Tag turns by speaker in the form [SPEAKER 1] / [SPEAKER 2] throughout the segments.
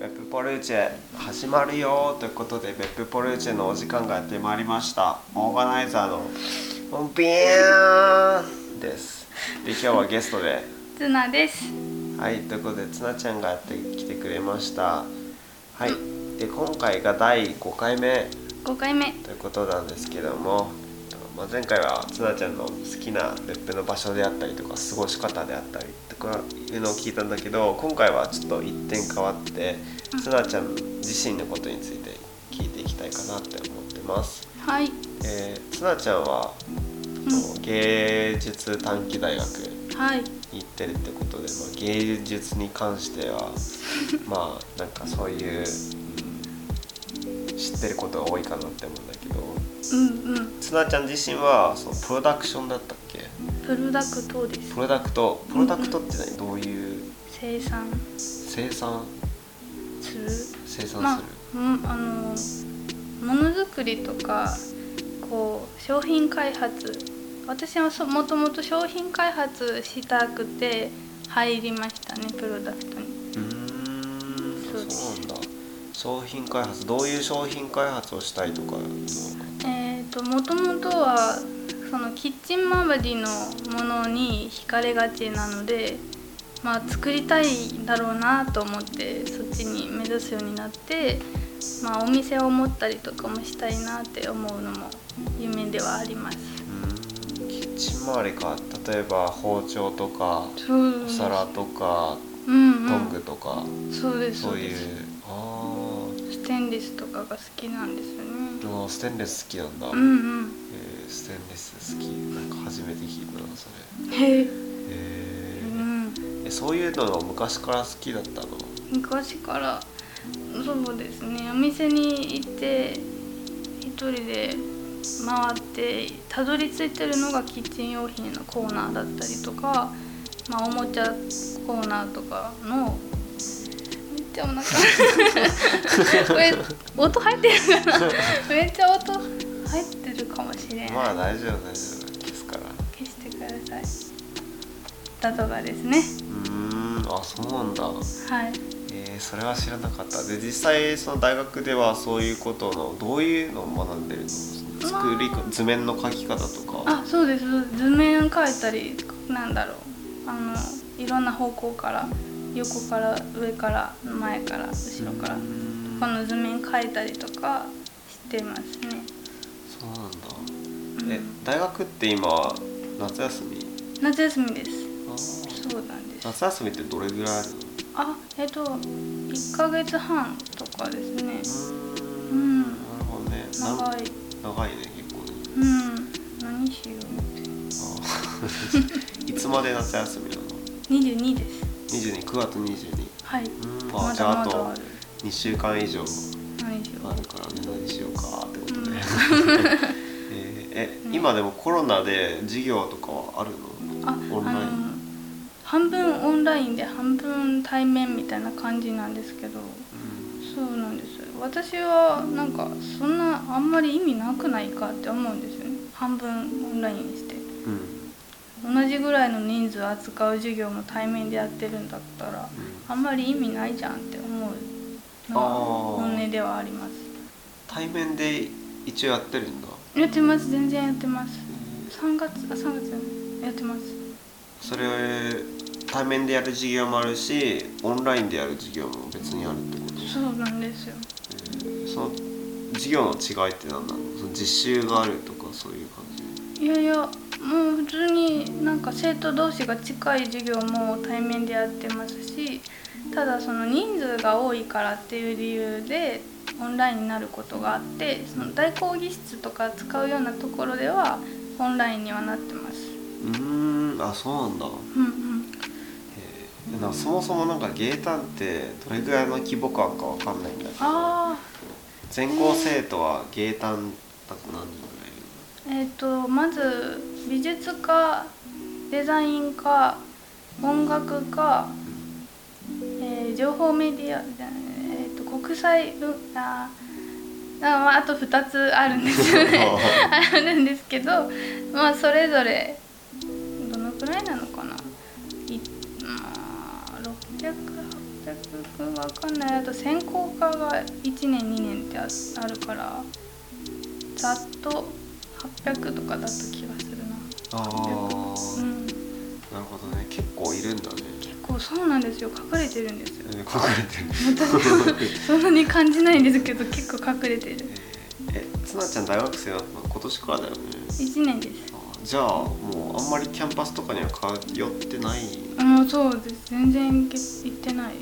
[SPEAKER 1] ベップポルーチェ始まるよということでベップポルーチェのお時間がやってまいりましたオーガナイザーのビヤーンですで今日はゲストで
[SPEAKER 2] ツナです。
[SPEAKER 1] はいということでつなちゃんがやってきてくれましたはいで今回が第5回目
[SPEAKER 2] 5回目。
[SPEAKER 1] ということなんですけども、まあ、前回はつなちゃんの好きな別府の場所であったりとか過ごし方であったりとかいうのを聞いたんだけど今回はちょっと一点変わってつなちゃん自身のことについて聞いていきたいかなって思ってます。
[SPEAKER 2] はい。
[SPEAKER 1] えー、つなちゃんは、
[SPEAKER 2] う
[SPEAKER 1] 芸術短期大学
[SPEAKER 2] ん。はい。
[SPEAKER 1] に行ってるってことで、まあ、芸術に関してはまあなんかそういう、うん知ってることが多いかなって思うんだけど。
[SPEAKER 2] うんうん。
[SPEAKER 1] つなちゃん自身はそのプロダクションだったっけ
[SPEAKER 2] プロダクトです
[SPEAKER 1] プ。ロダクトプロダクトって何どういう
[SPEAKER 2] 生産
[SPEAKER 1] 生産
[SPEAKER 2] する。
[SPEAKER 1] 生産
[SPEAKER 2] ます
[SPEAKER 1] る、
[SPEAKER 2] あ、うん、あの。ものづくりとか。こう、商品開発。私はそもともと商品開発したくて。入りましたね。プロダクトに。
[SPEAKER 1] うーん
[SPEAKER 2] そうです
[SPEAKER 1] そうなんだ商品開発どういう商品開発をしたいとか
[SPEAKER 2] えっ、と、もともとは。そのキッチン周りのものに惹かれがちなので、まあ、作りたいんだろうなと思ってそっちに目指すようになって、まあ、お店を持ったりとかもしたいなって思うのも夢ではあります。
[SPEAKER 1] うーんキッチン周りか例えば包丁とか
[SPEAKER 2] そう
[SPEAKER 1] お皿とか
[SPEAKER 2] うん、うん、
[SPEAKER 1] トングとか、
[SPEAKER 2] そうです
[SPEAKER 1] そうい
[SPEAKER 2] で
[SPEAKER 1] う
[SPEAKER 2] す
[SPEAKER 1] あ
[SPEAKER 2] ステンレスとかが好きなんですよね。
[SPEAKER 1] ーあーステンレス好きなんだ、
[SPEAKER 2] うんうん。
[SPEAKER 1] えーステンレス好きなんか初めて聞いたなそれ
[SPEAKER 2] へえ。
[SPEAKER 1] え
[SPEAKER 2] う
[SPEAKER 1] ー
[SPEAKER 2] ん。
[SPEAKER 1] えそういうのが昔から好きだったの
[SPEAKER 2] 昔からそうですねお店に行って一人で回ってたどり着いてるのがキッチン用品のコーナーだったりとか、まあ、おもちゃコーナーとかのめっちゃお腹これ音入ってるかなめっちゃ音入ってるかもしれない、
[SPEAKER 1] まあ大丈夫大丈夫ですからう
[SPEAKER 2] 消してくださいだとかですね
[SPEAKER 1] ーんあそうなんだ
[SPEAKER 2] はい
[SPEAKER 1] えーそれは知らなかったで実際その大学ではそういうことのどういうのを学んでるの作り
[SPEAKER 2] うわー
[SPEAKER 1] 図面の描き方とか
[SPEAKER 2] あそうですそうです図面描いたりなんだろうあのいろんな方向から横から上から前から後ろから
[SPEAKER 1] うーん
[SPEAKER 2] この図面描いたりとかしてますね、
[SPEAKER 1] そう
[SPEAKER 2] う
[SPEAKER 1] なんだえ
[SPEAKER 2] ん、
[SPEAKER 1] 大学って今夏休み
[SPEAKER 2] 夏休みです
[SPEAKER 1] あー
[SPEAKER 2] そうなんです
[SPEAKER 1] 夏休みってどれぐらいあるの
[SPEAKER 2] あえっと1ヶ月半とかです
[SPEAKER 1] う
[SPEAKER 2] ね
[SPEAKER 1] ー
[SPEAKER 2] うんん
[SPEAKER 1] なるほどねな
[SPEAKER 2] 長い
[SPEAKER 1] 長いね結構ね
[SPEAKER 2] うん何しよう
[SPEAKER 1] あー いつまで夏休みなの
[SPEAKER 2] 22です
[SPEAKER 1] 22 9月22
[SPEAKER 2] はい
[SPEAKER 1] うんあ
[SPEAKER 2] ま
[SPEAKER 1] じゃあ
[SPEAKER 2] だ
[SPEAKER 1] あ
[SPEAKER 2] まだ
[SPEAKER 1] と
[SPEAKER 2] ある
[SPEAKER 1] 2週間以上
[SPEAKER 2] 何しよ
[SPEAKER 1] あるからね何しようかってことで、
[SPEAKER 2] うん
[SPEAKER 1] えーえ今でもコロナで授業とかはある
[SPEAKER 2] あ、あ
[SPEAKER 1] オンライン
[SPEAKER 2] の半分オンラインで半分対面みたいな感じなんですけど
[SPEAKER 1] の、
[SPEAKER 2] そうなんです私はなんかそんなあんまり意味なくないかって思うんですよね半分オンラインにして
[SPEAKER 1] うんうん
[SPEAKER 2] 同じぐらいの人数扱う授業も対面でやってるんだったらあんまり意味ないじゃんって思うのが
[SPEAKER 1] あー
[SPEAKER 2] 本音ではあります
[SPEAKER 1] 対面で一応やってるんだ
[SPEAKER 2] やってます全然やってます3月あ3月やってます
[SPEAKER 1] それ対面でやる授業もあるしオンラインでやる授業も別にあるってこと
[SPEAKER 2] そうなんですよ
[SPEAKER 1] えーその授業の違いって何なのその実習があるとかそういう感じ
[SPEAKER 2] いやいやもう普通になんか生徒同士が近い授業も対面でやってますしただその人数が多いからっていう理由でオンラインになることがあってその大講義室とか使うようなところではオンラインにはなってます。
[SPEAKER 1] うーんあそうなんだ
[SPEAKER 2] うんうん、
[SPEAKER 1] えーなんかそもそもなんか芸探ってどれぐらいの規模感かわかんないんだけど
[SPEAKER 2] あ
[SPEAKER 1] 全校生徒は芸探だと何人ぐらいいる
[SPEAKER 2] ーえっ、とまず美術科デザイン科音楽科
[SPEAKER 1] の
[SPEAKER 2] えー情報メディアじゃないえー、と国際文あーあ,、まあ、あと2つあるんですよねあるんですけどまあそれぞれどのくらいなのかないまあ600 800はわかんないあと専攻科が1年2年ってああるからざっと800とかだった気がするな
[SPEAKER 1] あ
[SPEAKER 2] う
[SPEAKER 1] ー
[SPEAKER 2] ん
[SPEAKER 1] なるほどね結構いるんだね
[SPEAKER 2] 結構そうなんですよ隠れてるんですよ
[SPEAKER 1] えー隠れてる
[SPEAKER 2] 私はそんなに感じないんですけど結構隠れてる
[SPEAKER 1] えーえつなちゃん大学生だったの今年からだよね
[SPEAKER 2] 1年です
[SPEAKER 1] あーじゃあもうあんまりキャンパスとかには通ってない
[SPEAKER 2] もうそうです全然け行ってない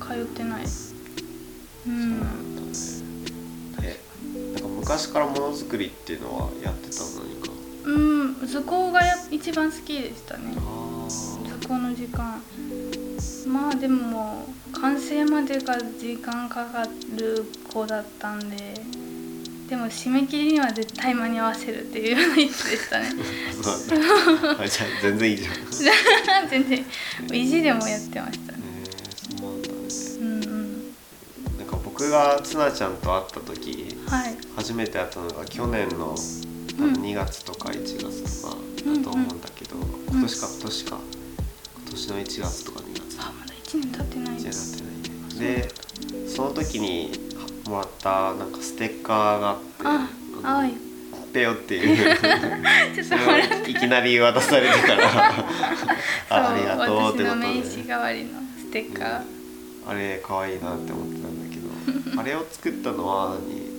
[SPEAKER 2] 通ってないうん
[SPEAKER 1] そうなんだねえなんか昔からものづくりっていうのはやってたのにか
[SPEAKER 2] うん図工がや一番好きでしたね
[SPEAKER 1] あ
[SPEAKER 2] 図工の時間まあでも完成までが時間かかる子だったんででも締め切りには絶対間に合わせるっていうような意識でしたね
[SPEAKER 1] あそうなんだあじゃあ全然いいじゃんえ
[SPEAKER 2] 全然意地でもやってましたね
[SPEAKER 1] ーそうなんだね
[SPEAKER 2] うんうん
[SPEAKER 1] なんか僕がつなちゃんと会った時
[SPEAKER 2] はい
[SPEAKER 1] 初めて会ったのが去年の多
[SPEAKER 2] うん
[SPEAKER 1] 分2月とか1月とかだと思うんだけど、今年か今年か今年の1月とか2月
[SPEAKER 2] あまだ1年経ってない
[SPEAKER 1] じゃ
[SPEAKER 2] で
[SPEAKER 1] な
[SPEAKER 2] す
[SPEAKER 1] ってないねでその時にはもらったなんかステッカーがあって
[SPEAKER 2] あ
[SPEAKER 1] あの
[SPEAKER 2] 青い
[SPEAKER 1] ペヨっていう
[SPEAKER 2] ちょっ
[SPEAKER 1] そ
[SPEAKER 2] と
[SPEAKER 1] れ
[SPEAKER 2] ほ
[SPEAKER 1] を
[SPEAKER 2] ら
[SPEAKER 1] いきなり渡されてからあありがとうって
[SPEAKER 2] 私
[SPEAKER 1] こ
[SPEAKER 2] の
[SPEAKER 1] とで、
[SPEAKER 2] 名刺代わりのステッカー、
[SPEAKER 1] あれ可愛いなって思ってたんだ けどあれを作ったのは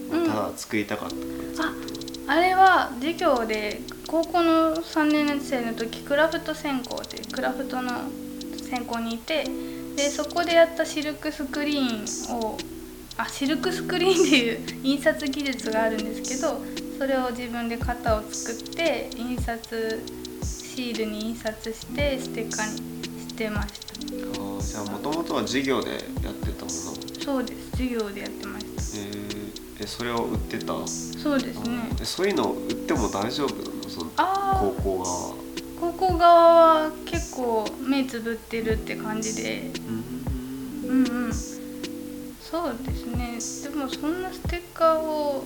[SPEAKER 1] 何、
[SPEAKER 2] うん
[SPEAKER 1] ただ作りたかったから作ったの
[SPEAKER 2] あれは授業で高校の3年生の時クラフト専攻でクラフトの専攻にいてでそこでやったシルクスクリーンをあシルクスクリーンっていう印刷技術があるんですけどそれを自分で型を作って印刷シールに印刷してステッカーにしてました
[SPEAKER 1] あーじゃあもともとは授業でやってたもの
[SPEAKER 2] そうです授業でやってまし
[SPEAKER 1] えーえそれを売ってた、
[SPEAKER 2] たそうですね
[SPEAKER 1] えそういうのを売っても大丈夫なのその
[SPEAKER 2] あ
[SPEAKER 1] 高
[SPEAKER 2] あ
[SPEAKER 1] 校が
[SPEAKER 2] 高校側は結構目つぶってるって感じで
[SPEAKER 1] うん
[SPEAKER 2] うんうんそうですねでもそんなステッカーを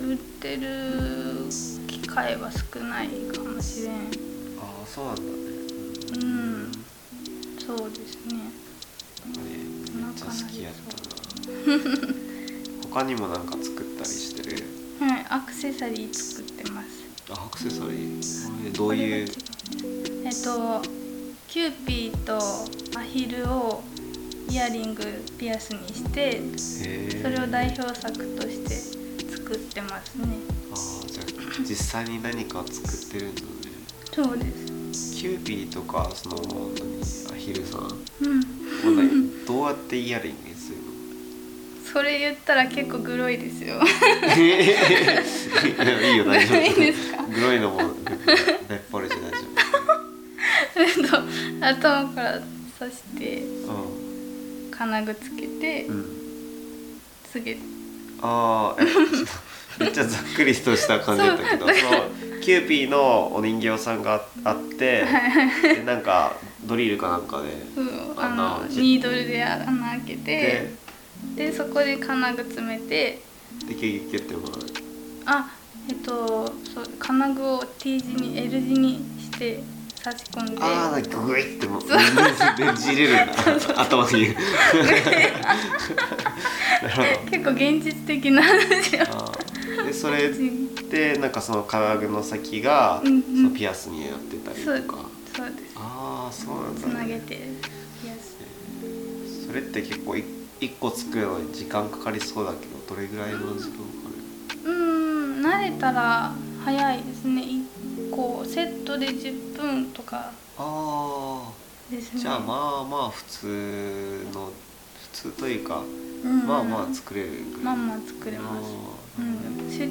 [SPEAKER 2] 売ってる機会は少ないかもしれん
[SPEAKER 1] ああそうなんだね
[SPEAKER 2] うんそうですね
[SPEAKER 1] あれめっちゃ好きやった な他にもなんか作ったりしてる
[SPEAKER 2] はいアクセサリー作ってます
[SPEAKER 1] あアクセサリーえどういう
[SPEAKER 2] これが違うえっとキューピーとアヒルをイヤリングピアスにして
[SPEAKER 1] そ
[SPEAKER 2] それを代表作として作ってますね
[SPEAKER 1] あーじゃあ実際に何か作ってるんだね
[SPEAKER 2] そうです
[SPEAKER 1] キューピーとかその何アヒルさ ん
[SPEAKER 2] うん
[SPEAKER 1] これどうやってイヤリングにするの
[SPEAKER 2] それ言ったら結構グロいですよ
[SPEAKER 1] いいよ大丈
[SPEAKER 2] いい
[SPEAKER 1] 夫
[SPEAKER 2] ですか
[SPEAKER 1] グロいのも出っ張りじゃ大丈
[SPEAKER 2] えっと頭から刺して
[SPEAKER 1] 夫
[SPEAKER 2] 金具つけて
[SPEAKER 1] うん、うん、
[SPEAKER 2] つげ
[SPEAKER 1] ああ めっちゃざっくりとした感じだったけどそのキューピーのお人形さんがあってでなんかドリルかなんかで
[SPEAKER 2] うん
[SPEAKER 1] あな
[SPEAKER 2] あの
[SPEAKER 1] るほど
[SPEAKER 2] ニードルで穴開けて
[SPEAKER 1] で
[SPEAKER 2] でそこで金具詰めて
[SPEAKER 1] でキュッキュッキュッてもらう。
[SPEAKER 2] あえっとそう金具を T 字に L 字にして差し込んで
[SPEAKER 1] ああなんかグイってもう全じれるん だ頭に言うなるほ
[SPEAKER 2] 結構現実的な話を
[SPEAKER 1] どあーでそれでなんかその金具の先が、
[SPEAKER 2] うんうん
[SPEAKER 1] そのピアスになってたりとか
[SPEAKER 2] そうです
[SPEAKER 1] ああそうなん
[SPEAKER 2] つ
[SPEAKER 1] だ、
[SPEAKER 2] なげ
[SPEAKER 1] ね、
[SPEAKER 2] て冷やす
[SPEAKER 1] それって結構い一個作るのに時間かかりそうだけどどれぐらいの時間かか
[SPEAKER 2] うーん慣れたら早いですね1個セットで10分とか
[SPEAKER 1] るあ
[SPEAKER 2] です
[SPEAKER 1] あ
[SPEAKER 2] ね
[SPEAKER 1] じゃあまあまあ普通の普通というか、
[SPEAKER 2] うん
[SPEAKER 1] まあまあ作れるぐら
[SPEAKER 2] まあ
[SPEAKER 1] い
[SPEAKER 2] まあ作れます、うん、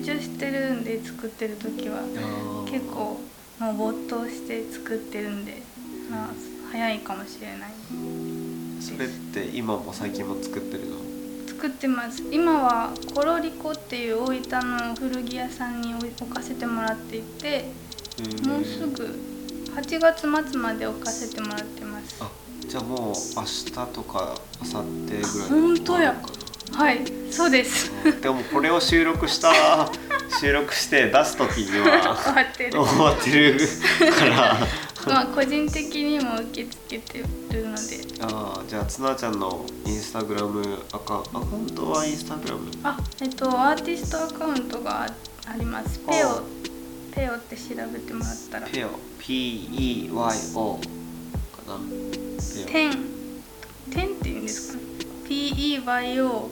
[SPEAKER 2] 集中してるんで作ってる時は
[SPEAKER 1] あー
[SPEAKER 2] 結構もう没頭して作ってるんで、まあ、早いかもしれない
[SPEAKER 1] それって今も最近も作ってるの
[SPEAKER 2] 作ってます今はコロリコっていう大分の古着屋さんに置い置かせてもらっていてもうすぐ8月末まで置かせてもらってます
[SPEAKER 1] あじゃあもう明日とか明後日ぐらい
[SPEAKER 2] あほんとや
[SPEAKER 1] か
[SPEAKER 2] はいそうです
[SPEAKER 1] なうんでもこれを収録 した収録して出す時には
[SPEAKER 2] 終わってる
[SPEAKER 1] 終わってるから
[SPEAKER 2] まあ個人的にも受け付けてるので
[SPEAKER 1] ああじゃあつなちゃんのインスタグラムアカアカウントはインスタグラム
[SPEAKER 2] あえっとアーティストアカウントがあありますペオペオって調べてもらったら
[SPEAKER 1] ペオ PEYO かなペオ
[SPEAKER 2] 天天って言うんですかね PEYO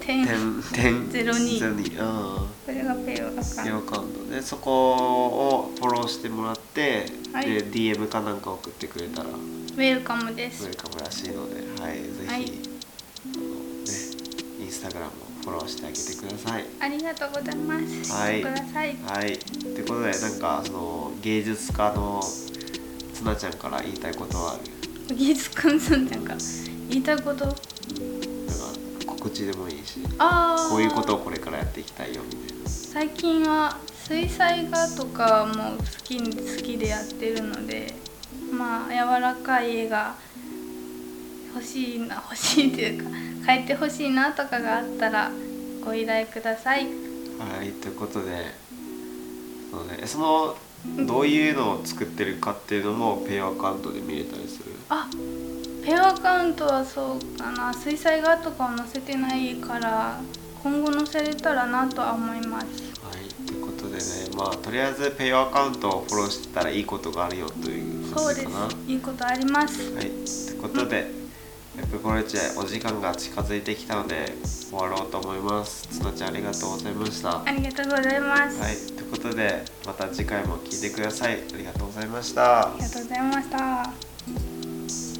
[SPEAKER 2] 天
[SPEAKER 1] 点
[SPEAKER 2] ゼロ二
[SPEAKER 1] 02うん
[SPEAKER 2] これがペオア
[SPEAKER 1] ペオ
[SPEAKER 2] カ
[SPEAKER 1] アカウントでそこをフォローしてもらって、
[SPEAKER 2] はい
[SPEAKER 1] で DM かなんか送ってくれたら
[SPEAKER 2] ウェルカムです
[SPEAKER 1] ウェルカムらしいので、はい、ぜひ、
[SPEAKER 2] は
[SPEAKER 1] あ
[SPEAKER 2] い
[SPEAKER 1] のね、インスタグラムをフォローしてあげてください。
[SPEAKER 2] ありがとうございます、
[SPEAKER 1] はい
[SPEAKER 2] ください
[SPEAKER 1] はい、ということで、なんかその芸術家のつなちゃんから言いたいことはある。
[SPEAKER 2] ギーツくんさんなんか言いたいこと
[SPEAKER 1] なんか告知でもいいし、
[SPEAKER 2] ああ
[SPEAKER 1] こういうことをこれからやっていきたいよみたいな。
[SPEAKER 2] 最近は水彩画とかも好き好きでやってるのでまあ柔らかい絵が欲しいな欲しいというか描いてほしいなとかがあったらご依頼ください
[SPEAKER 1] はい、ということで、そうね、そのどういうのを作ってるかっていうのもペイアカウントで見れたりする。
[SPEAKER 2] あペアアカウントはそうかな水彩画とかを載せてないから今後載せれたらなとは思います
[SPEAKER 1] はい、ということでね、まあとりあえずペイアカウントをフォローしてたらいいことがあるよという
[SPEAKER 2] そ
[SPEAKER 1] 感
[SPEAKER 2] う
[SPEAKER 1] じ
[SPEAKER 2] で
[SPEAKER 1] か
[SPEAKER 2] す
[SPEAKER 1] な。
[SPEAKER 2] いいことあります
[SPEAKER 1] はい、ということで、レップコルチェお時間が近づいてきたので終わろうと思います。つのちゃんありがとうございました。は
[SPEAKER 2] ありがとうございます、
[SPEAKER 1] い、ということでまた次回も聞いてください。ありがとうございました
[SPEAKER 2] あ。りがとうございました